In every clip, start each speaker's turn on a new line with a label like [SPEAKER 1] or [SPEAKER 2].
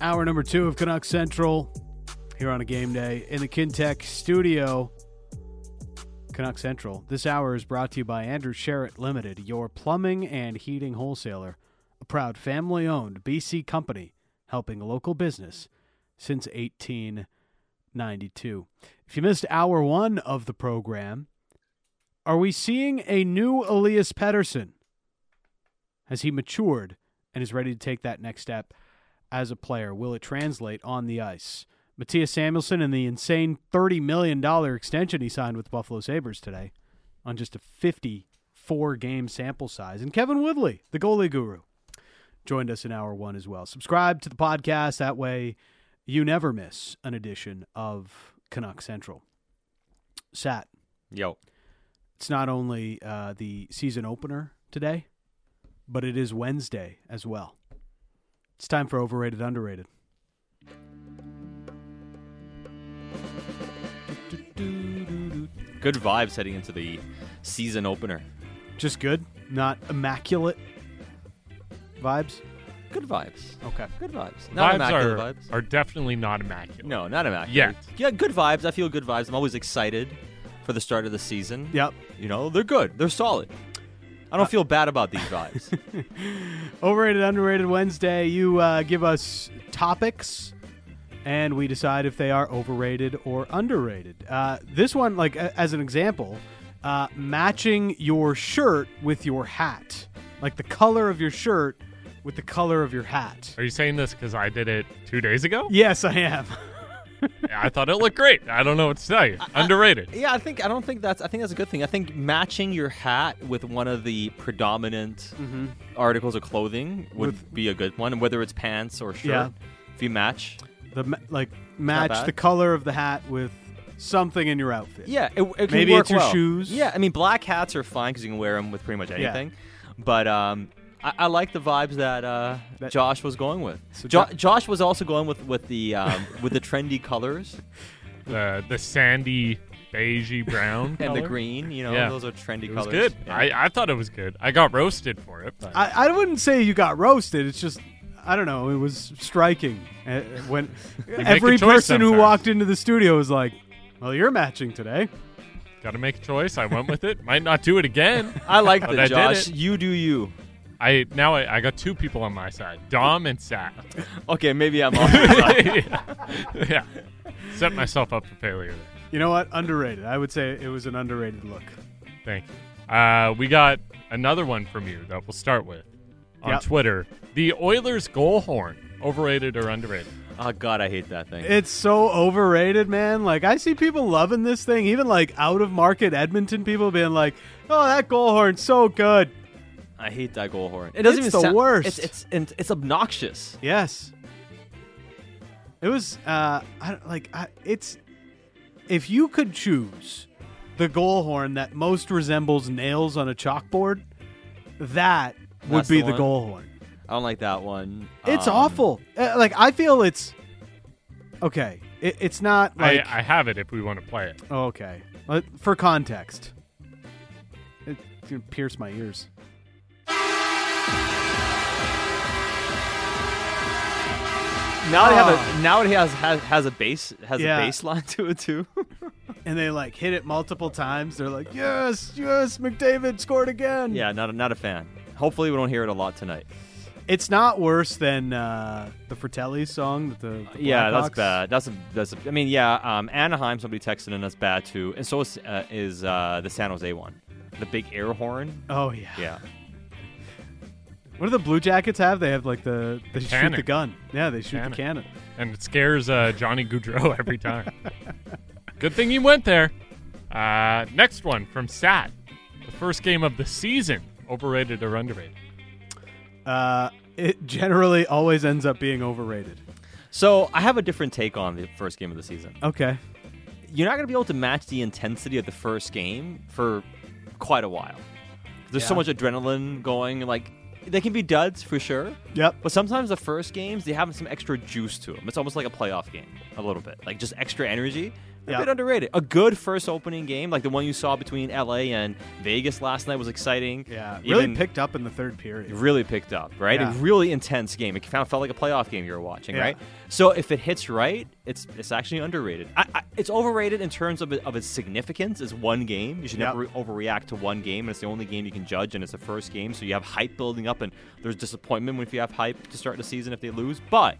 [SPEAKER 1] Hour number two of Canuck Central here on a game day in the Kintech studio. Canuck Central. This hour is brought to you by Andrew Sherritt Limited, your plumbing and heating wholesaler, a proud family owned BC company helping local business since 1892. If you missed hour one of the program, are we seeing a new Elias Pettersson? Has he matured and is ready to take that next step as a player? Will it translate on the ice? Matthias Samuelson and the insane $30 million extension he signed with the Buffalo Sabres today on just a 54 game sample size. And Kevin Woodley, the goalie guru, joined us in hour one as well. Subscribe to the podcast. That way you never miss an edition of Canuck Central. Sat,
[SPEAKER 2] Yo.
[SPEAKER 1] it's not only uh, the season opener today, but it is Wednesday as well. It's time for overrated, underrated.
[SPEAKER 2] Good vibes heading into the season opener.
[SPEAKER 1] Just good, not immaculate vibes.
[SPEAKER 2] Good vibes.
[SPEAKER 1] Okay.
[SPEAKER 2] Good vibes.
[SPEAKER 3] vibes
[SPEAKER 2] Not immaculate
[SPEAKER 3] are,
[SPEAKER 2] vibes.
[SPEAKER 3] are definitely not immaculate.
[SPEAKER 2] no, not immaculate.
[SPEAKER 3] Yet.
[SPEAKER 2] Yeah, good vibes. I feel good vibes. I'm always excited for the start of the season.
[SPEAKER 1] Yep.
[SPEAKER 2] You know, they're good. They're solid. I don't feel bad about these vibes.
[SPEAKER 1] Overrated, underrated Wednesday. You uh, give us topics, and we decide if they are overrated or underrated. Uh, this one, like a- as an example, uh, matching your shirt with your hat, like the color of your shirt with the color of your hat.
[SPEAKER 3] Are you saying this because I did it two days ago?
[SPEAKER 1] Yes, I am.
[SPEAKER 3] Yeah, I thought it looked great. I don't know what to tell you. Underrated.
[SPEAKER 2] yeah, I think I don't think that's I think that's a good thing. I think matching your hat with one of the predominant articles of clothing would
[SPEAKER 1] With-
[SPEAKER 2] be a good one, whether it's pants or shirt.
[SPEAKER 1] Yeah.
[SPEAKER 2] If you match.
[SPEAKER 1] The ma- like match
[SPEAKER 2] bad.
[SPEAKER 1] the color of the hat with something in your outfit.
[SPEAKER 2] Yeah, it, it can
[SPEAKER 1] Maybe
[SPEAKER 2] work
[SPEAKER 1] it's your
[SPEAKER 2] well.
[SPEAKER 1] shoes.
[SPEAKER 2] Yeah, I mean black hats are fine because you can wear them with pretty much
[SPEAKER 1] Yeah.
[SPEAKER 2] anything. But um, I, I like the vibes that, uh,
[SPEAKER 1] That-
[SPEAKER 2] Josh was going with.
[SPEAKER 1] So
[SPEAKER 2] jo-
[SPEAKER 1] Jo-
[SPEAKER 2] Josh was also going with with the um, with the trendy colors
[SPEAKER 3] The the sandy, beigey brown
[SPEAKER 2] and the
[SPEAKER 3] color.
[SPEAKER 2] green. You know,
[SPEAKER 3] Yeah.
[SPEAKER 2] those are trendy
[SPEAKER 3] It was
[SPEAKER 2] colors.
[SPEAKER 3] good.
[SPEAKER 2] Yeah.
[SPEAKER 3] I, I thought it was good. I got roasted for it. But
[SPEAKER 1] I, I wouldn't say you got roasted. It's just I don't know. It was striking Uh, when
[SPEAKER 3] a
[SPEAKER 1] every
[SPEAKER 3] choice
[SPEAKER 1] person who
[SPEAKER 3] sometimes.
[SPEAKER 1] walked into the studio was like, "Well, you're matching today."
[SPEAKER 3] got to make a choice. I went with it. Might not do it again.
[SPEAKER 2] I like
[SPEAKER 3] But
[SPEAKER 2] the
[SPEAKER 3] I did
[SPEAKER 2] Josh.
[SPEAKER 3] it.
[SPEAKER 2] You do you.
[SPEAKER 3] I now I, I got two people on my side, Dom and Sat.
[SPEAKER 2] Okay, maybe I'm off.
[SPEAKER 3] yeah. yeah. Set myself up for failure. there.
[SPEAKER 1] You know what? Underrated. I would say it was an underrated look.
[SPEAKER 3] Thank you. Uh, we got another one from you that we'll start with on
[SPEAKER 1] Yep.
[SPEAKER 3] Twitter. The Oilers goal horn, overrated or underrated?
[SPEAKER 2] oh God, I hate that thing.
[SPEAKER 1] It's so overrated, man. Like I see people loving this thing, even like out of market Edmonton people being like, "Oh, that goal horn's so good."
[SPEAKER 2] I hate that goal horn. It
[SPEAKER 1] It's the
[SPEAKER 2] sound-
[SPEAKER 1] worst.
[SPEAKER 2] It's it's and it's obnoxious.
[SPEAKER 1] Yes. It was uh I don't like I, it's if you could choose the goal horn that most resembles nails on a chalkboard, that would
[SPEAKER 2] That's
[SPEAKER 1] be
[SPEAKER 2] the
[SPEAKER 1] the,
[SPEAKER 2] one?
[SPEAKER 1] goal horn.
[SPEAKER 2] I don't like that one.
[SPEAKER 1] It's
[SPEAKER 2] Um,
[SPEAKER 1] awful. Uh, Like I feel it's okay. It, it's not like oh,
[SPEAKER 3] I, I have it if we want to play it.
[SPEAKER 1] okay. But For context, it, it pierced my ears.
[SPEAKER 2] Now it
[SPEAKER 1] Ah.
[SPEAKER 2] have a now it has has, has a base has
[SPEAKER 1] Yeah.
[SPEAKER 2] a baseline to it too.
[SPEAKER 1] And they like hit it multiple times. They're like, yes, yes, McDavid scored again.
[SPEAKER 2] Yeah, not a, not a fan. Hopefully, we don't hear it a lot tonight.
[SPEAKER 1] It's not worse than uh, the Fratelli song that the, the
[SPEAKER 2] yeah, that's
[SPEAKER 1] Blackhawks-
[SPEAKER 2] bad. That's a, that's. A, I mean, yeah, um, Anaheim. Somebody texted in that's bad too, and so is, uh, is uh, the San Jose one, the big air horn.
[SPEAKER 1] Oh yeah.
[SPEAKER 2] Yeah,
[SPEAKER 1] What do the Blue Jackets have? They have like the they shoot the
[SPEAKER 3] cannon.
[SPEAKER 1] gun. Yeah, they shoot the cannon.
[SPEAKER 3] Cannon. And it scares uh, Johnny Goudreau every time. Good thing he went there. Uh, next one from Sat. The first game of the season, overrated or underrated?
[SPEAKER 1] Uh, it generally always ends up being overrated.
[SPEAKER 2] so I have a different take on the first game of the season.
[SPEAKER 1] Okay.
[SPEAKER 2] You're not going to be able to match the intensity of the first game for quite a while. There's so
[SPEAKER 1] Yeah.
[SPEAKER 2] much adrenaline going. Like they can be duds for sure,
[SPEAKER 1] Yep.
[SPEAKER 2] But sometimes the first games they have some extra juice to them. It's almost like a playoff game, a little bit, like just extra energy. A bit
[SPEAKER 1] Yep.
[SPEAKER 2] underrated. A good first opening game, like the one you saw between LA and Vegas last night, was exciting.
[SPEAKER 1] Yeah, really
[SPEAKER 2] Even-
[SPEAKER 1] picked up in the third period.
[SPEAKER 2] it really picked up, right?
[SPEAKER 1] Yeah.
[SPEAKER 2] A really intense game. It kind of felt like a playoff game you were watching,
[SPEAKER 1] Yeah.
[SPEAKER 2] right? So if it hits right, it's it's actually underrated. I, I, it's overrated in terms of, it, of its significance. It's one game. You should
[SPEAKER 1] Yep.
[SPEAKER 2] never re- overreact to one game, and it's the only game you can judge, and it's the first game, so you have hype building up, and there's disappointment if you have hype to start the season if they lose. But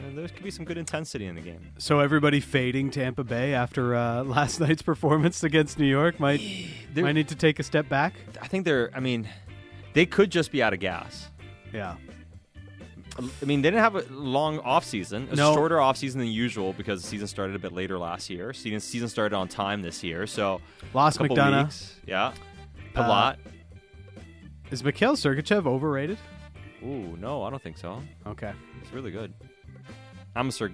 [SPEAKER 2] uh, there could be some good intensity in the game.
[SPEAKER 1] So everybody fading Tampa Bay after uh, last night's performance against New York might
[SPEAKER 2] They're-
[SPEAKER 1] might need to take a step back.
[SPEAKER 2] I think they're. I mean, they could just be out of gas.
[SPEAKER 1] Yeah,
[SPEAKER 2] I mean, they didn't have a long off season. It was
[SPEAKER 1] No.
[SPEAKER 2] a shorter off season than usual because the season started a bit later last year. Season season started on time this year, so
[SPEAKER 1] lost
[SPEAKER 2] a couple
[SPEAKER 1] McDonough. Uh,
[SPEAKER 2] weeks. Yeah, Palat.
[SPEAKER 1] Is Mikhail Sergachev overrated?
[SPEAKER 2] Ooh, no, I don't think so.
[SPEAKER 1] Okay,
[SPEAKER 2] He's really good. I'm a Ser-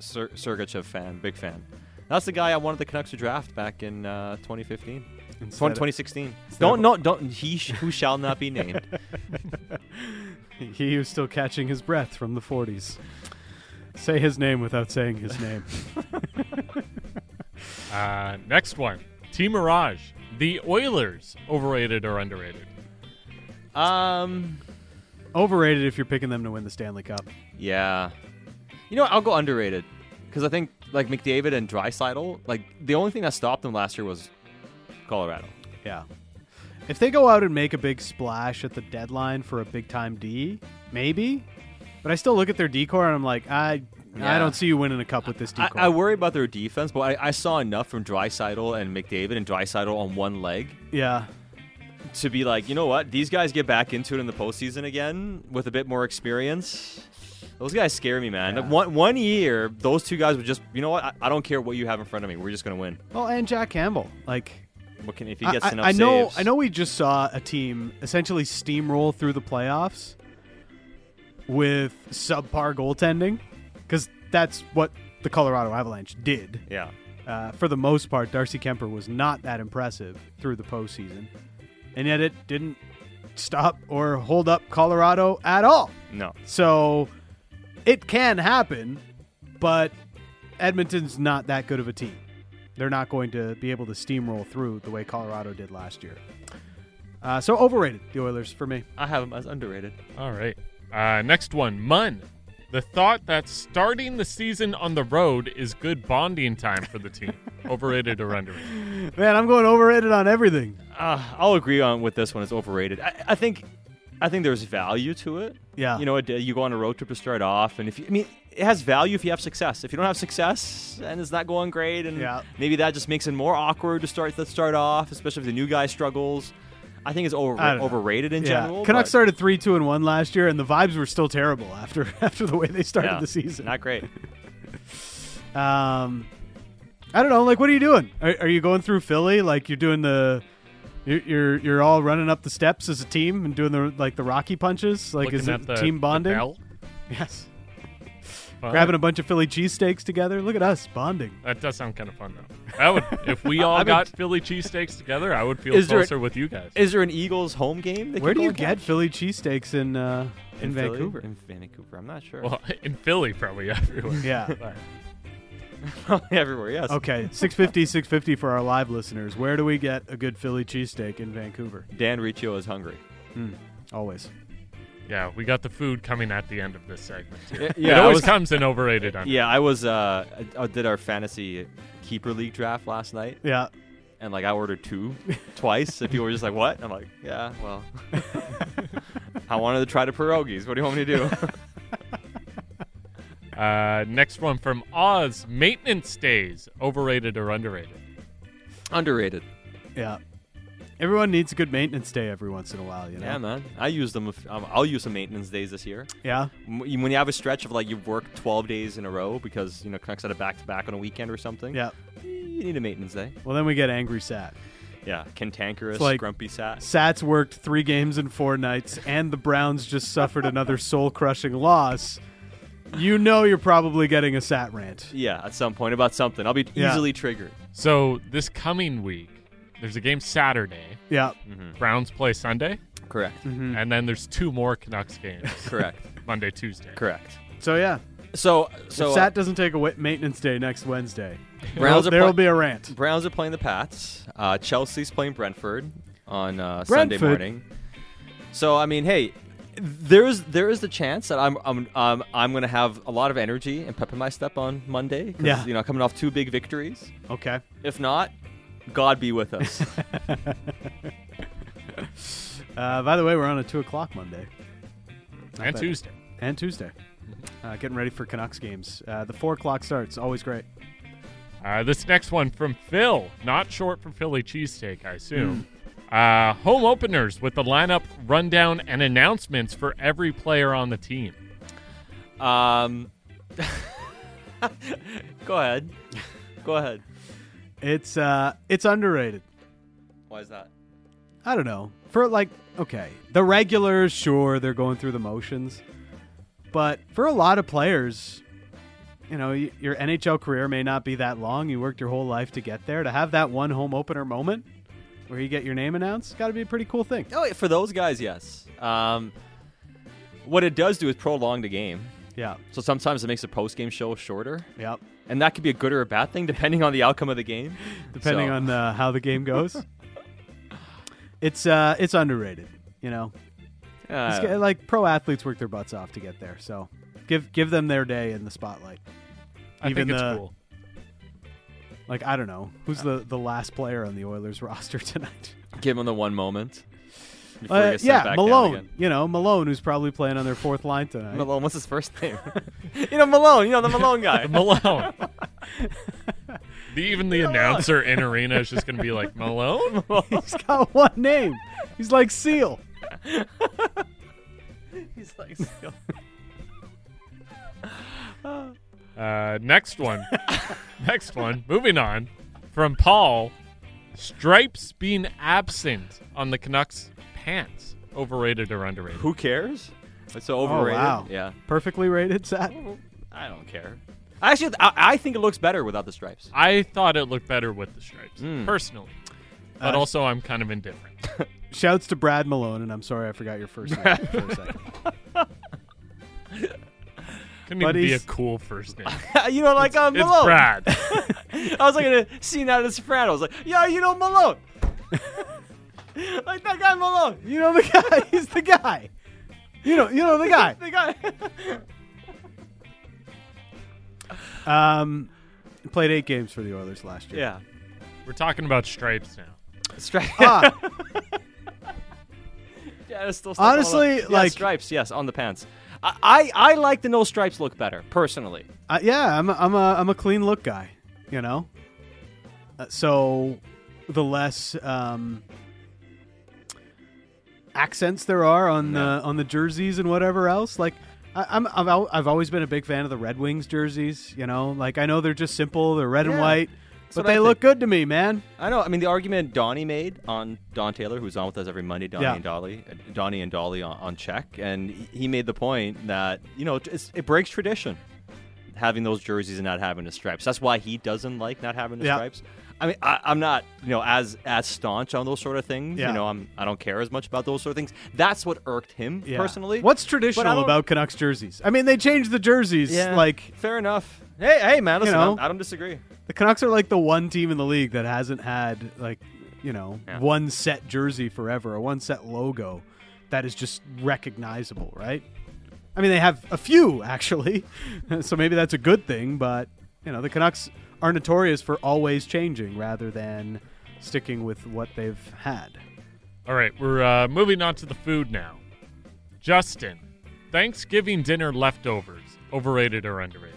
[SPEAKER 2] Ser- Sergachev fan, big fan. That's the guy I wanted the Canucks to draft back in uh, 2015,
[SPEAKER 1] Instead of-
[SPEAKER 2] 2016.
[SPEAKER 1] instead of-
[SPEAKER 2] Don't no don't he sh- who shall not be named.
[SPEAKER 1] he was still catching his breath from the 40s. Say his name without saying his name.
[SPEAKER 3] Uh, next one. Team Mirage. The Oilers, overrated or underrated?
[SPEAKER 2] um,
[SPEAKER 1] Overrated if you're picking them to win the Stanley Cup.
[SPEAKER 2] Yeah. You know what? I'll go underrated because I think like McDavid and Drysidle, like the only thing that stopped them last year was Colorado.
[SPEAKER 1] Yeah. If they go out and make a big splash at the deadline for a big time D, maybe. But I still look at their decor and I'm like, I I
[SPEAKER 2] Yeah.
[SPEAKER 1] don't see you winning a cup with this
[SPEAKER 2] I,
[SPEAKER 1] decor.
[SPEAKER 2] I worry about their defense, but I, I saw enough from Drysidle and McDavid and Drysidle on one leg
[SPEAKER 1] yeah.
[SPEAKER 2] to be like, you know what? These guys get back into it in the postseason again with a bit more experience. Those guys scare me, man.
[SPEAKER 1] Yeah.
[SPEAKER 2] One one year, those two guys would just, you know what? I, I don't care what you have in front of me. We're just gonna win.
[SPEAKER 1] Well, and Jack Campbell, like
[SPEAKER 2] What can if he
[SPEAKER 1] I-
[SPEAKER 2] gets
[SPEAKER 1] I,
[SPEAKER 2] enough
[SPEAKER 1] I know
[SPEAKER 2] saves?
[SPEAKER 1] I know we just saw a team essentially steamroll through the playoffs with subpar goaltending cuz that's what the Colorado Avalanche did.
[SPEAKER 2] Yeah.
[SPEAKER 1] Uh, for the most part, Darcy Kemper was not that impressive through the postseason, and yet it didn't stop or hold up Colorado at all.
[SPEAKER 2] No.
[SPEAKER 1] So it can happen, but Edmonton's not that good of a team. They're not going to be able to steamroll through the way Colorado did last year. Uh, so overrated, the Oilers for me.
[SPEAKER 2] I have them as underrated.
[SPEAKER 3] All right. Uh, next one. Mun. The thought that starting the season on the road is good bonding time for the team. overrated or underrated?
[SPEAKER 1] Man, I'm going overrated on everything.
[SPEAKER 2] Uh, I'll agree on with this one. It's overrated. I, I think, I think there's value to it.
[SPEAKER 1] Yeah.
[SPEAKER 2] You know, it, you go on a road trip to start off, and if you, I mean, it has value if you have success. If you don't have success and it's not going great, and
[SPEAKER 1] Yeah.
[SPEAKER 2] maybe that just makes it more awkward to start to start off, especially if the new guy struggles. I think it's over,
[SPEAKER 1] I don't know.
[SPEAKER 2] overrated in general.
[SPEAKER 1] Canucks
[SPEAKER 2] but-
[SPEAKER 1] started three, two, and one last year, and the vibes were still terrible after after the way they started
[SPEAKER 2] yeah,
[SPEAKER 1] the season.
[SPEAKER 2] Not great.
[SPEAKER 1] Um, I don't know. Like, what are you doing? Are, are you going through Philly? Like, you're doing the, you're, you're you're all running up the steps as a team and doing the like the Rocky punches. Like,
[SPEAKER 3] Looking
[SPEAKER 1] is
[SPEAKER 3] at
[SPEAKER 1] it
[SPEAKER 3] the-
[SPEAKER 1] team
[SPEAKER 3] the
[SPEAKER 1] bonding?
[SPEAKER 3] bell?
[SPEAKER 1] yes.
[SPEAKER 3] Fun.
[SPEAKER 1] Grabbing a bunch of Philly cheesesteaks together. Look at us bonding.
[SPEAKER 3] That does sound kind of fun, though. That would, if we all
[SPEAKER 2] I mean-
[SPEAKER 3] got Philly cheesesteaks together, I would feel
[SPEAKER 2] Is there-
[SPEAKER 3] closer with you guys.
[SPEAKER 2] Is there an Eagles home game? They
[SPEAKER 1] Where do
[SPEAKER 2] could go
[SPEAKER 1] you
[SPEAKER 2] and
[SPEAKER 1] get
[SPEAKER 2] catch?
[SPEAKER 1] Philly cheesesteaks in uh, in,
[SPEAKER 2] Philly?
[SPEAKER 1] Vancouver?
[SPEAKER 2] In Vancouver, I'm not sure.
[SPEAKER 3] Well, in Philly, probably everywhere.
[SPEAKER 1] Yeah.
[SPEAKER 2] everywhere, yes.
[SPEAKER 1] Okay, 650, 650 for our live listeners. Where do we get a good Philly cheesesteak in Vancouver?
[SPEAKER 2] Dan Riccio is hungry.
[SPEAKER 1] Always.
[SPEAKER 3] Yeah, we got the food coming at the end of this segment. Too.
[SPEAKER 2] Yeah,
[SPEAKER 3] it
[SPEAKER 2] yeah, I
[SPEAKER 3] always
[SPEAKER 2] was-
[SPEAKER 3] comes in overrated. Under.
[SPEAKER 2] Yeah, I was. Uh, I I did our fantasy keeper league draft last night,
[SPEAKER 1] Yeah.
[SPEAKER 2] and like I ordered two twice, and people were just like, "What?" I'm like, "Yeah, well, I wanted to try the pierogies. What do you want me to do?"
[SPEAKER 3] Uh, next one from Oz. Maintenance days, overrated or underrated?
[SPEAKER 2] Underrated.
[SPEAKER 1] Yeah. Everyone needs a good maintenance day every once in a while, you know?
[SPEAKER 2] Yeah, man. I use them. If, um, I'll use some maintenance days this year.
[SPEAKER 1] Yeah.
[SPEAKER 2] M- you- When you have a stretch of like you've worked 12 days in a row because you know Canucks had a back to back on a weekend or something.
[SPEAKER 1] Yeah.
[SPEAKER 2] You need a maintenance day.
[SPEAKER 1] Well, then we get angry Sat.
[SPEAKER 2] Yeah. Cantankerous,
[SPEAKER 1] It's like-
[SPEAKER 2] grumpy sat.
[SPEAKER 1] Sats worked three games in four nights, and the Browns just suffered another soul crushing loss. You know you're probably getting a Sat rant.
[SPEAKER 2] Yeah, at some point about something. I'll be
[SPEAKER 1] Yeah.
[SPEAKER 2] easily triggered.
[SPEAKER 3] So this coming week, there's a game Saturday.
[SPEAKER 1] Yeah.
[SPEAKER 3] Mm-hmm. Browns play Sunday,
[SPEAKER 2] Correct.
[SPEAKER 1] Mm-hmm. Hmm.
[SPEAKER 3] and then there's two more Canucks games
[SPEAKER 2] Correct.
[SPEAKER 3] Monday, Tuesday.
[SPEAKER 2] Correct.
[SPEAKER 1] So yeah,
[SPEAKER 2] So, so
[SPEAKER 1] if
[SPEAKER 2] uh,
[SPEAKER 1] Sat doesn't take a wa- maintenance day next Wednesday,
[SPEAKER 2] Browns are
[SPEAKER 1] there will
[SPEAKER 2] play-
[SPEAKER 1] be a rant.
[SPEAKER 2] Browns are playing the Pats. Uh, Chelsea's playing Brentford on uh, Sunday
[SPEAKER 1] Brentford?
[SPEAKER 2] morning. So I mean, hey, there is there is the chance that I'm I'm um, I'm going to have a lot of energy and pep in my step on Monday. 'cause,
[SPEAKER 1] Yeah.
[SPEAKER 2] you know, coming off two big victories.
[SPEAKER 1] Okay.
[SPEAKER 2] If not, God be with us.
[SPEAKER 1] Uh, by the way, we're on a two o'clock Monday
[SPEAKER 3] and
[SPEAKER 1] bad.
[SPEAKER 3] Tuesday.
[SPEAKER 1] and Tuesday. Uh, getting ready for Canucks games. Uh, the four o'clock starts. Always great.
[SPEAKER 3] Uh, this next one from Phil, not short for Philly cheesesteak, I assume.
[SPEAKER 1] Hmm.
[SPEAKER 3] Uh, home openers with the lineup rundown and announcements for every player on the team.
[SPEAKER 2] um, go ahead, go ahead.
[SPEAKER 1] It's uh, it's underrated.
[SPEAKER 2] Why is that?
[SPEAKER 1] I don't know. For like, okay, the regulars, sure, they're going through the motions, but for a lot of players, you know, y- your NHL career may not be that long. You worked your whole life to get there. To have that one home opener moment where you get your name announced, got to be a pretty cool thing.
[SPEAKER 2] Oh, yeah, for those guys, yes. Um, what it does do is prolong the game.
[SPEAKER 1] Yeah,
[SPEAKER 2] So sometimes it makes the post game show shorter.
[SPEAKER 1] yeah.
[SPEAKER 2] and that could be a good or a bad thing depending on the outcome of the game.
[SPEAKER 1] Depending
[SPEAKER 2] So-
[SPEAKER 1] on uh, how the game goes, it's uh, it's underrated. You know, It's g-
[SPEAKER 2] Uh,
[SPEAKER 1] like pro athletes work their butts off to get there. So give give them their day in the spotlight.
[SPEAKER 3] I
[SPEAKER 1] Even
[SPEAKER 3] think it's
[SPEAKER 1] the-
[SPEAKER 3] cool.
[SPEAKER 1] Like I don't know who's the the last player on the Oilers roster tonight.
[SPEAKER 2] give him the one moment. before he
[SPEAKER 1] Uh,
[SPEAKER 2] gets sent
[SPEAKER 1] yeah,
[SPEAKER 2] back down
[SPEAKER 1] Malone.
[SPEAKER 2] again.
[SPEAKER 1] You know Malone, who's probably playing on their fourth line tonight.
[SPEAKER 2] Malone, what's his first name? you know Malone. You know the Malone guy.
[SPEAKER 3] Malone. the, even the announcer in arena is just going to be like, Malone?
[SPEAKER 1] He's got one name. He's like Seal.
[SPEAKER 2] He's like,
[SPEAKER 3] Uh, next one. next one. Moving on. From Paul, stripes being absent on the Canucks pants. Overrated or underrated?
[SPEAKER 2] who cares? It's so overrated.
[SPEAKER 1] Oh, wow.
[SPEAKER 2] Yeah,
[SPEAKER 1] Perfectly rated, Sat.
[SPEAKER 2] I don't care. Actually, I, I think it looks better without the stripes.
[SPEAKER 3] I thought it looked better with the stripes,
[SPEAKER 2] Mm.
[SPEAKER 3] personally. But
[SPEAKER 1] Uh,
[SPEAKER 3] also, I'm kind of indifferent.
[SPEAKER 1] Shouts to Brad Malone, and I'm sorry I forgot your first name for a second.
[SPEAKER 3] Couldn't
[SPEAKER 1] but
[SPEAKER 3] even be a
[SPEAKER 1] he's-
[SPEAKER 3] cool first name.
[SPEAKER 2] you know, like um,
[SPEAKER 3] it's
[SPEAKER 2] Malone.
[SPEAKER 3] Brad.
[SPEAKER 2] I was like in a scene out of The Sopranos. Like, yeah, you know Malone. like that guy Malone.
[SPEAKER 1] You know the guy. He's the guy. You know, you know the guy.
[SPEAKER 2] The guy.
[SPEAKER 1] Um, played eight games for the Oilers last year.
[SPEAKER 2] yeah.
[SPEAKER 3] We're talking about stripes now.
[SPEAKER 2] Stripes.
[SPEAKER 1] Ah,
[SPEAKER 2] Yeah, it's still stuck all
[SPEAKER 1] Honestly,
[SPEAKER 2] up. Yeah,
[SPEAKER 1] like-
[SPEAKER 2] stripes, yes, on the pants. I, I, I like the no stripes look better, personally.
[SPEAKER 1] Uh, yeah, I'm a, I'm a I'm a clean look guy, you know. Uh, so, the less um, accents there are on the on the jerseys and whatever else, like I, I'm I've, al- I've always been a big fan of the Red Wings jerseys. You know, like I know they're just simple, they're red and
[SPEAKER 2] Yeah.
[SPEAKER 1] white, but
[SPEAKER 2] what
[SPEAKER 1] they
[SPEAKER 2] I
[SPEAKER 1] look good to me, man.
[SPEAKER 2] I know. I mean, the argument Donnie made on Don Taylor, who's on with us every Monday, Donnie
[SPEAKER 1] Yeah.
[SPEAKER 2] and Dolly, uh, Donnie and Dolly on, on check, and he- he made the point that you know it's, it breaks tradition having those jerseys and not having the stripes. That's why he doesn't like not having the
[SPEAKER 1] Yeah.
[SPEAKER 2] stripes. I mean, I, I'm not you know as as staunch on those sort of things.
[SPEAKER 1] Yeah.
[SPEAKER 2] You know, I'm I don't care as much about those sort of things. That's what irked him
[SPEAKER 1] Yeah.
[SPEAKER 2] personally.
[SPEAKER 1] what's
[SPEAKER 2] But I
[SPEAKER 1] traditional
[SPEAKER 2] don't-
[SPEAKER 1] about Canucks jerseys? I mean, they changed the jerseys. Like
[SPEAKER 2] fair enough. Hey, hey, man, listen,
[SPEAKER 1] know.
[SPEAKER 2] I'm- I don't disagree.
[SPEAKER 1] the Canucks are like the one team in the league that hasn't had like you know
[SPEAKER 2] Yeah.
[SPEAKER 1] one set jersey forever or one set logo that is just recognizable, right? I mean, they have a few actually, so maybe that's a good thing. But you know, the Canucks are notorious for always changing rather than sticking with what they've had.
[SPEAKER 3] All right, we're uh, moving on to the food now. Justin, Thanksgiving dinner leftovers, overrated or underrated?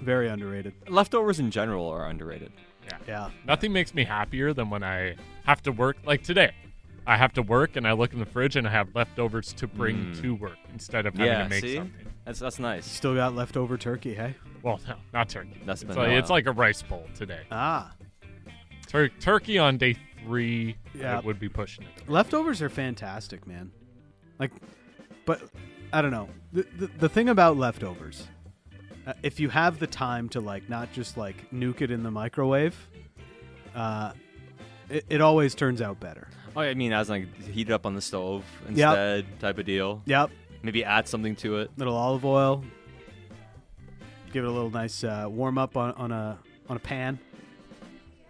[SPEAKER 1] Very underrated.
[SPEAKER 2] Leftovers in general are underrated.
[SPEAKER 1] Yeah.
[SPEAKER 3] Nothing makes me happier than when I have to work, like today. I have to work and I look in the fridge and I have leftovers to bring
[SPEAKER 2] Mm.
[SPEAKER 3] to work instead of having to make something.
[SPEAKER 2] that's that's nice.
[SPEAKER 1] Still got leftover turkey, hey?
[SPEAKER 3] Well, no, not turkey.
[SPEAKER 2] That's
[SPEAKER 3] it's,
[SPEAKER 2] been
[SPEAKER 3] like,
[SPEAKER 2] a
[SPEAKER 3] it's
[SPEAKER 2] while.
[SPEAKER 3] like a rice bowl today.
[SPEAKER 1] Ah.
[SPEAKER 3] Tur- turkey on day three,
[SPEAKER 1] Yeah.
[SPEAKER 3] it would be pushing it.
[SPEAKER 1] leftovers are fantastic man like but i don't know the, the, the thing about leftovers uh, if you have the time to like not just like nuke it in the microwave uh it, it always turns out better
[SPEAKER 2] Oh, I mean, as like heat it up on the stove instead, type of deal.
[SPEAKER 1] yep
[SPEAKER 2] Maybe add something to it.
[SPEAKER 1] little olive oil give it a little nice uh, warm up on, on a on a pan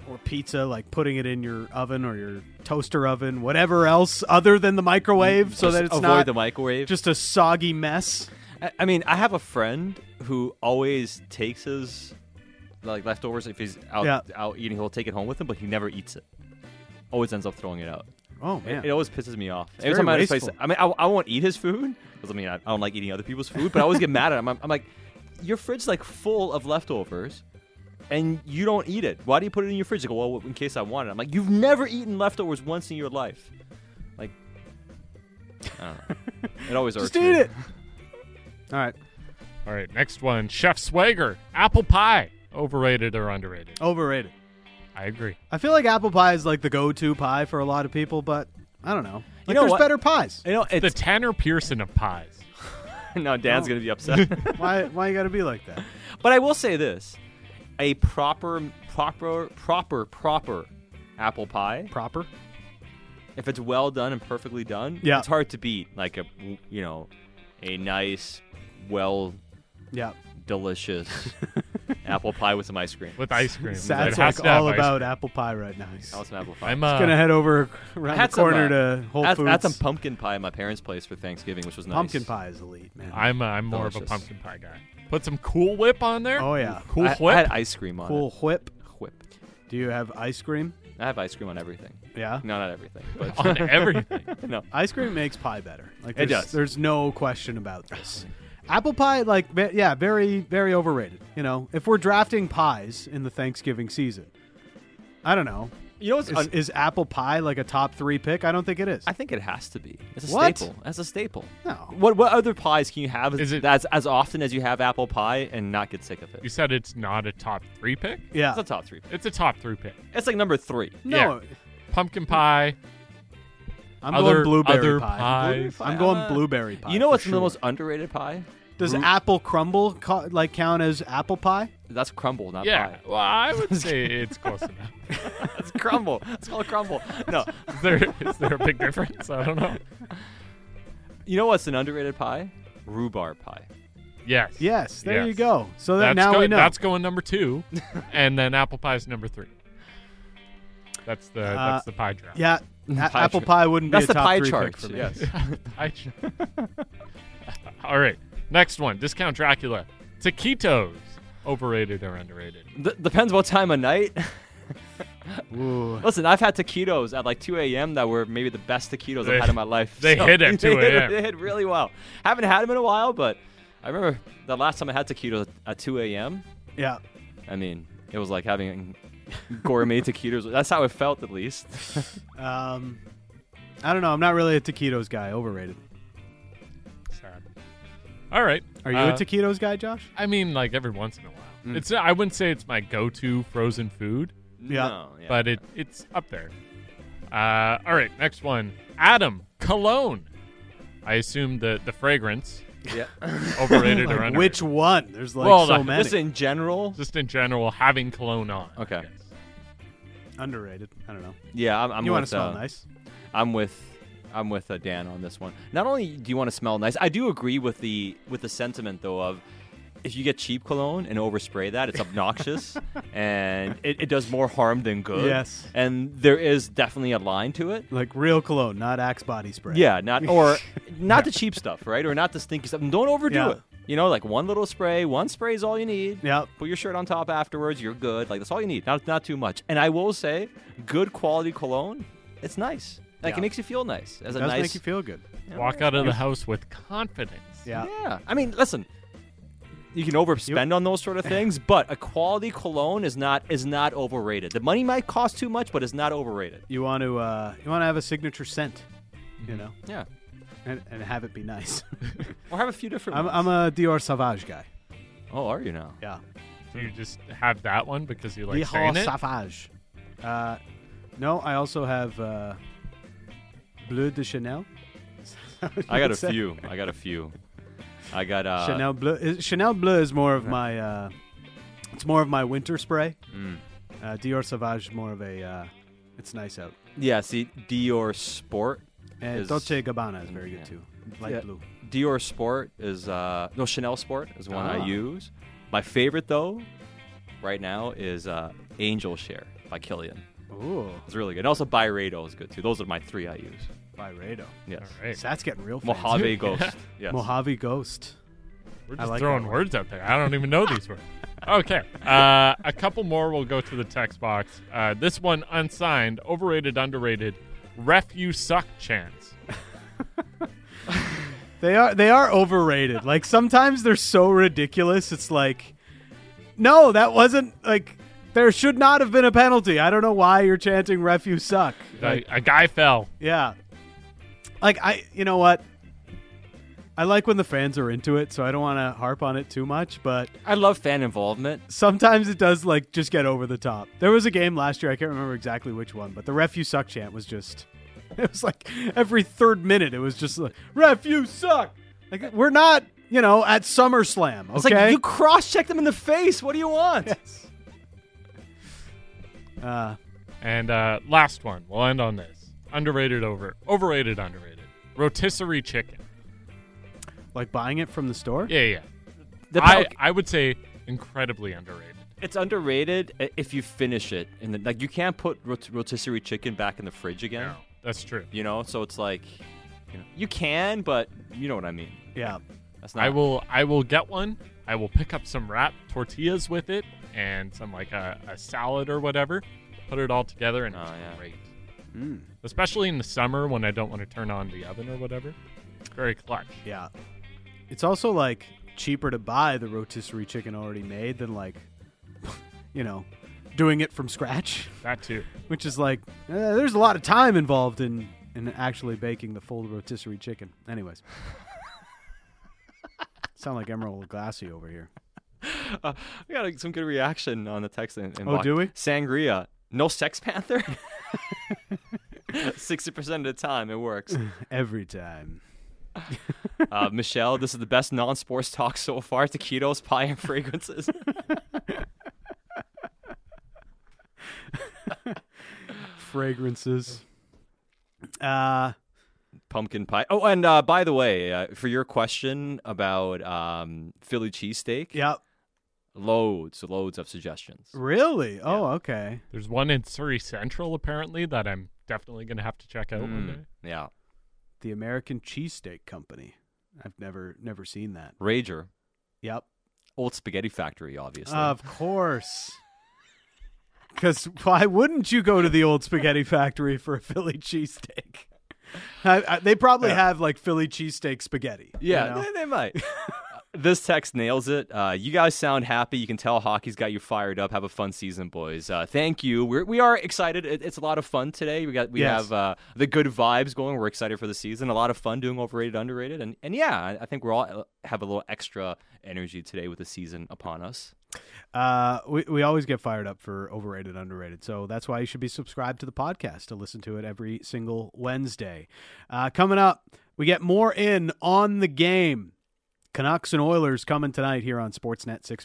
[SPEAKER 1] or pizza, like putting it in your oven or your toaster oven, whatever else other than the microwave, so
[SPEAKER 2] Just
[SPEAKER 1] that it's
[SPEAKER 2] avoid
[SPEAKER 1] not
[SPEAKER 2] the microwave.
[SPEAKER 1] just a soggy mess.
[SPEAKER 2] I, I mean, I have a friend who always takes his like leftovers if he's out
[SPEAKER 1] Yeah.
[SPEAKER 2] out eating. He'll take it home with him, but he never eats it. Always ends up throwing it out.
[SPEAKER 1] Oh
[SPEAKER 2] It-
[SPEAKER 1] man,
[SPEAKER 2] It, always pisses me off.
[SPEAKER 1] very
[SPEAKER 2] Every time I just place,
[SPEAKER 1] wasteful.
[SPEAKER 2] I mean, I, I won't eat his food because I mean, I, I don't like eating other people's food, but I always get mad at him. I'm, I'm like, your fridge is like full of leftovers, and you don't eat it. Why do you put it in your fridge? Like, well, in case I want it. I'm like, you've never eaten leftovers once in your life. Like, I don't know. it always irks
[SPEAKER 1] just eat
[SPEAKER 2] me.
[SPEAKER 1] it. All right,
[SPEAKER 3] All right, next one. Chef Swager, apple pie, overrated or underrated?
[SPEAKER 1] overrated.
[SPEAKER 3] I agree.
[SPEAKER 1] I feel like apple pie is like the go-to pie for a lot of people, but I don't know. Like,
[SPEAKER 2] know
[SPEAKER 1] there's
[SPEAKER 2] what?
[SPEAKER 1] better pies.
[SPEAKER 2] You know,
[SPEAKER 3] The
[SPEAKER 2] it's
[SPEAKER 3] Tanner Pearson of pies.
[SPEAKER 2] no. Dan's gonna be upset.
[SPEAKER 1] why? Why you gotta be like that?
[SPEAKER 2] But I will say this: a proper, proper, proper, proper apple pie,
[SPEAKER 1] Proper.
[SPEAKER 2] if it's well done and perfectly done,
[SPEAKER 1] Yeah.
[SPEAKER 2] it's hard to beat. Like a, you know, a nice, well,
[SPEAKER 1] Yeah.
[SPEAKER 2] delicious apple pie with some ice cream.
[SPEAKER 3] with ice cream.
[SPEAKER 1] Sat's
[SPEAKER 3] It has
[SPEAKER 1] like
[SPEAKER 3] to have
[SPEAKER 1] all
[SPEAKER 3] ice
[SPEAKER 1] about apple pie right now. He's
[SPEAKER 2] That was an apple
[SPEAKER 3] cream.
[SPEAKER 2] pie.
[SPEAKER 3] I'm uh,
[SPEAKER 1] gonna head over around the
[SPEAKER 2] had some,
[SPEAKER 1] corner
[SPEAKER 2] uh,
[SPEAKER 1] to Whole
[SPEAKER 2] I had-
[SPEAKER 1] Foods.
[SPEAKER 2] I had some pumpkin pie at my parents' place for Thanksgiving, which was nice.
[SPEAKER 1] Pumpkin pie is elite, man.
[SPEAKER 3] I'm uh, I'm more of a
[SPEAKER 2] Delicious.
[SPEAKER 3] pumpkin pie guy. Put some Cool Whip on there.
[SPEAKER 1] Oh, yeah.
[SPEAKER 3] Cool
[SPEAKER 2] I,
[SPEAKER 3] Whip.
[SPEAKER 2] I had ice cream on
[SPEAKER 1] cool whip.
[SPEAKER 2] it. Whip.
[SPEAKER 1] Do you have ice cream?
[SPEAKER 2] I have ice cream on everything.
[SPEAKER 1] Yeah.
[SPEAKER 2] No, not everything, but
[SPEAKER 3] on everything.
[SPEAKER 2] no.
[SPEAKER 1] Ice cream makes pie better. Like
[SPEAKER 2] It
[SPEAKER 1] there's-
[SPEAKER 2] does.
[SPEAKER 1] There's no question about this. Apple pie, like ve- yeah, very very overrated. You know, if we're drafting pies in the Thanksgiving season, I don't know.
[SPEAKER 2] You know what's?
[SPEAKER 1] Is,
[SPEAKER 2] un-
[SPEAKER 1] is apple pie like a top three pick? I don't think it is.
[SPEAKER 2] I think it has to be. It's a
[SPEAKER 1] What?
[SPEAKER 2] staple. As a staple.
[SPEAKER 1] No.
[SPEAKER 2] What what other pies can you have
[SPEAKER 3] Is it-
[SPEAKER 2] that's as often as you have apple pie and not get sick of it?
[SPEAKER 3] You said it's not a top three pick.
[SPEAKER 1] yeah.
[SPEAKER 2] It's a top three.
[SPEAKER 3] It's a top three pick.
[SPEAKER 2] It's like number three.
[SPEAKER 1] no,
[SPEAKER 3] Pumpkin pie.
[SPEAKER 1] I'm
[SPEAKER 3] other
[SPEAKER 1] going blueberry
[SPEAKER 3] other
[SPEAKER 1] pie.
[SPEAKER 3] pies.
[SPEAKER 1] I'm
[SPEAKER 2] I'm
[SPEAKER 1] going
[SPEAKER 2] a-
[SPEAKER 1] blueberry pie.
[SPEAKER 2] you know
[SPEAKER 1] for
[SPEAKER 2] what's
[SPEAKER 1] sure.
[SPEAKER 2] the most underrated pie?
[SPEAKER 1] Does apple crumble co- like count as apple pie?
[SPEAKER 2] That's crumble, not
[SPEAKER 3] Yeah.
[SPEAKER 2] pie.
[SPEAKER 3] Well, I would say it's close enough.
[SPEAKER 2] That's crumble. It's called crumble. No.
[SPEAKER 3] Is there is there a big difference? I don't know.
[SPEAKER 2] You know what's an underrated pie? Rhubarb pie.
[SPEAKER 3] Yes.
[SPEAKER 1] Yes. There
[SPEAKER 3] Yes.
[SPEAKER 1] you go. So
[SPEAKER 3] That's
[SPEAKER 1] that now
[SPEAKER 3] go-
[SPEAKER 1] we know.
[SPEAKER 3] That's going number two, and then apple pie is number three. That's the that's the pie draft.
[SPEAKER 1] Uh, yeah. a-
[SPEAKER 2] Pie
[SPEAKER 1] apple
[SPEAKER 2] chart.
[SPEAKER 1] pie wouldn't
[SPEAKER 2] That's
[SPEAKER 1] be
[SPEAKER 2] the
[SPEAKER 1] a top
[SPEAKER 2] pie
[SPEAKER 1] three
[SPEAKER 2] chart.
[SPEAKER 1] pick for me.
[SPEAKER 2] Yes.
[SPEAKER 3] I sh- All right. Next one. Discount Dracula. Taquitos. Overrated or underrated?
[SPEAKER 2] D- depends what time of night.
[SPEAKER 1] Ooh.
[SPEAKER 2] Listen, I've had taquitos at like 2 a.m. that were maybe the best taquitos
[SPEAKER 3] They-
[SPEAKER 2] I've had in my life.
[SPEAKER 3] they hit at
[SPEAKER 2] they
[SPEAKER 3] 2 a.m..
[SPEAKER 2] They hit really well. Haven't had them in a while, but I remember the last time I had taquitos at 2 a.m.
[SPEAKER 1] Yeah.
[SPEAKER 2] I mean, it was like having gourmet taquitos. That's how it felt, at least.
[SPEAKER 1] Um, I don't know. I'm not really a taquitos guy. Overrated.
[SPEAKER 3] Sad. All right.
[SPEAKER 1] Are you
[SPEAKER 3] Uh,
[SPEAKER 1] a taquitos guy, Josh?
[SPEAKER 3] I mean, like every once in a while. It's. I wouldn't say it's my go-to frozen food,
[SPEAKER 1] Yeah.
[SPEAKER 2] No, yeah.
[SPEAKER 3] but it it's up there. Uh, all right. Next one. Adam cologne. I assume the the fragrance
[SPEAKER 2] yeah.
[SPEAKER 3] overrated or
[SPEAKER 1] Like,
[SPEAKER 3] underrated.
[SPEAKER 1] which one? There's like
[SPEAKER 3] Well,
[SPEAKER 1] so
[SPEAKER 3] like,
[SPEAKER 1] many.
[SPEAKER 2] Just in general,
[SPEAKER 3] Just in general, having cologne on. I
[SPEAKER 2] Okay.
[SPEAKER 3] guess.
[SPEAKER 1] Underrated. I don't know.
[SPEAKER 2] yeah, I'm, I'm
[SPEAKER 1] you
[SPEAKER 2] with.
[SPEAKER 1] want to smell
[SPEAKER 2] uh,
[SPEAKER 1] nice?
[SPEAKER 2] I'm with. I'm with uh, Dan on this one. Not only do you want to smell nice, I do agree with the with the sentiment though of if you get cheap cologne and overspray that, it's obnoxious and it, it does more harm than good.
[SPEAKER 1] Yes.
[SPEAKER 2] and there is definitely a line to it.
[SPEAKER 1] Like real cologne, not Axe body spray.
[SPEAKER 2] Yeah, not or not the cheap stuff, right? Or not the stinky stuff. And don't overdo
[SPEAKER 1] Yeah.
[SPEAKER 2] it. You know, like one little spray, one spray is all you need.
[SPEAKER 1] Yep.
[SPEAKER 2] Put your shirt on top afterwards. You're good. Like that's all you need. Not not too much. And I will say, good quality cologne, it's nice. Like
[SPEAKER 1] Yeah.
[SPEAKER 2] it makes you feel nice. As
[SPEAKER 1] It
[SPEAKER 2] a
[SPEAKER 1] does
[SPEAKER 2] nice.
[SPEAKER 1] make you feel good.
[SPEAKER 3] Walk out of the house with confidence.
[SPEAKER 1] Yeah.
[SPEAKER 2] yeah. I mean, listen. You can overspend on those sort of things, but a quality cologne is not is not overrated. The money might cost too much, but it's not overrated.
[SPEAKER 1] You want to uh, you want to have a signature scent, you know,
[SPEAKER 2] Yeah.
[SPEAKER 1] and, and have it be nice.
[SPEAKER 2] Or have a few different.
[SPEAKER 1] I'm, I'm
[SPEAKER 2] ones.
[SPEAKER 1] a Dior Sauvage guy.
[SPEAKER 2] oh, are you now?
[SPEAKER 1] Yeah.
[SPEAKER 3] Do you just have that one because you like
[SPEAKER 1] Dior
[SPEAKER 3] saying it?
[SPEAKER 1] Sauvage. Uh, no, I also have uh, Bleu de Chanel.
[SPEAKER 2] I got a
[SPEAKER 1] Say-
[SPEAKER 2] few. I got a few. I got uh,
[SPEAKER 1] Chanel Bleu. Is, Chanel Bleu is more of my. Uh, it's more of my winter spray.
[SPEAKER 2] Mm.
[SPEAKER 1] Uh, Dior Sauvage is more of a. Uh, it's nice out.
[SPEAKER 2] Yeah, see, Dior Sport.
[SPEAKER 1] And
[SPEAKER 2] Is-
[SPEAKER 1] Dolce Gabbana is very good
[SPEAKER 2] yeah.
[SPEAKER 1] too. Light
[SPEAKER 2] Yeah.
[SPEAKER 1] blue.
[SPEAKER 2] Dior Sport is uh, no Chanel Sport is one
[SPEAKER 1] Ah.
[SPEAKER 2] I use. My favorite though, right now is uh, Angel Share. by Killian.
[SPEAKER 1] Ooh,
[SPEAKER 2] It's really good. And also Byredo is good too. Those are my three I use.
[SPEAKER 1] Byredo.
[SPEAKER 2] Yes.
[SPEAKER 3] All right.
[SPEAKER 1] So that's getting real. fancy.
[SPEAKER 2] Mojave Ghost. Yes.
[SPEAKER 1] Mojave Ghost.
[SPEAKER 3] We're
[SPEAKER 1] I
[SPEAKER 3] just
[SPEAKER 1] like
[SPEAKER 3] throwing
[SPEAKER 1] that one.
[SPEAKER 3] words out there. I don't even know these words. Okay. Uh, a couple more will go to the text box. Uh, this one, unsigned, overrated, underrated, ref you suck chance.
[SPEAKER 1] They are they are overrated. Like sometimes they're so ridiculous. It's like, no, that wasn't like there should not have been a penalty. I don't know why you're chanting "ref you suck."
[SPEAKER 3] A, a guy fell.
[SPEAKER 1] Yeah, like I, you know what? I like when the fans are into it, so I don't want to harp on it too much. But
[SPEAKER 2] I love fan involvement.
[SPEAKER 1] sometimes it does like just get over the top. There was a game last year. I can't remember exactly which one, but the "ref you suck" chant was just. It was like every third minute, it was just like "ref you suck." Like we're not, you know, at SummerSlam. Okay.
[SPEAKER 2] It's like you cross check them in the face. What do you want?
[SPEAKER 1] Yes. Uh,
[SPEAKER 3] And uh, last one. We'll end on this. Underrated, over, overrated, underrated. Rotisserie chicken.
[SPEAKER 1] like buying it from the store.
[SPEAKER 3] Yeah, yeah.
[SPEAKER 2] The
[SPEAKER 3] I,
[SPEAKER 2] Pel-
[SPEAKER 3] I would say incredibly underrated.
[SPEAKER 2] it's underrated i- if you finish it, and then, like you can't put rot- rotisserie chicken back in the fridge again.
[SPEAKER 3] No, that's true.
[SPEAKER 2] You know, so it's like, you know, you can, but you know what I mean.
[SPEAKER 1] Yeah.
[SPEAKER 2] That's not.
[SPEAKER 3] I will. I will get one. I will pick up some wrap tortillas with it and some like a, a salad or whatever. Put it all together and it's
[SPEAKER 2] Oh, yeah. Hmm.
[SPEAKER 3] great. Especially in the summer when I don't want to turn on the oven or whatever. Very clutch.
[SPEAKER 1] Yeah. It's also like cheaper to buy the rotisserie chicken already made than like, you know, doing it from scratch,
[SPEAKER 3] That too.
[SPEAKER 1] which is like eh, there's a lot of time involved in in actually baking the full rotisserie chicken. Anyways. Sound like Emerald Glassy over here.
[SPEAKER 2] Uh, we got like, some good reaction on the text. In,
[SPEAKER 1] Oh, do we?
[SPEAKER 2] Sangria. No Sex Panther. Sixty percent of the time, it works.
[SPEAKER 1] Every time.
[SPEAKER 2] Uh, Michelle, this is the best non-sports talk so far. Taquitos, pie, and fragrances.
[SPEAKER 1] Fragrances. Uh
[SPEAKER 2] pumpkin pie. Oh, and uh, by the way, uh, for your question about um, Philly cheesesteak,
[SPEAKER 1] yeah.
[SPEAKER 2] loads, loads of suggestions.
[SPEAKER 1] Really? Oh, okay.
[SPEAKER 3] There's one in Surrey Central apparently that I'm definitely gonna have to check out
[SPEAKER 2] Hmm.
[SPEAKER 3] one day.
[SPEAKER 2] Mm, Yeah,
[SPEAKER 1] the American Cheesesteak Company. I've never never seen that.
[SPEAKER 2] Rager,
[SPEAKER 1] Yep.
[SPEAKER 2] Old Spaghetti Factory, obviously.
[SPEAKER 1] Of course. Because why wouldn't you go to the old spaghetti factory for a Philly cheesesteak? I, I, they probably have like Philly cheesesteak spaghetti. you
[SPEAKER 2] yeah,
[SPEAKER 1] know?
[SPEAKER 2] they, they might. Uh, this text nails it. Uh, you guys sound happy. You can tell hockey's got you fired up. Have a fun season, boys. Uh, thank you. We're, we are excited. It, it's a lot of fun today. We got we
[SPEAKER 1] Yes.
[SPEAKER 2] have uh, the good vibes going. We're excited for the season. A lot of fun doing overrated, underrated, and and yeah, I, I think we're all uh, have a little extra energy today with the season upon us.
[SPEAKER 1] Uh, we, we always get fired up for overrated, underrated. So that's why you should be subscribed to the podcast to listen to it every single Wednesday. Uh, coming up, we get more in on the game. Canucks and Oilers coming tonight here on Sportsnet 6.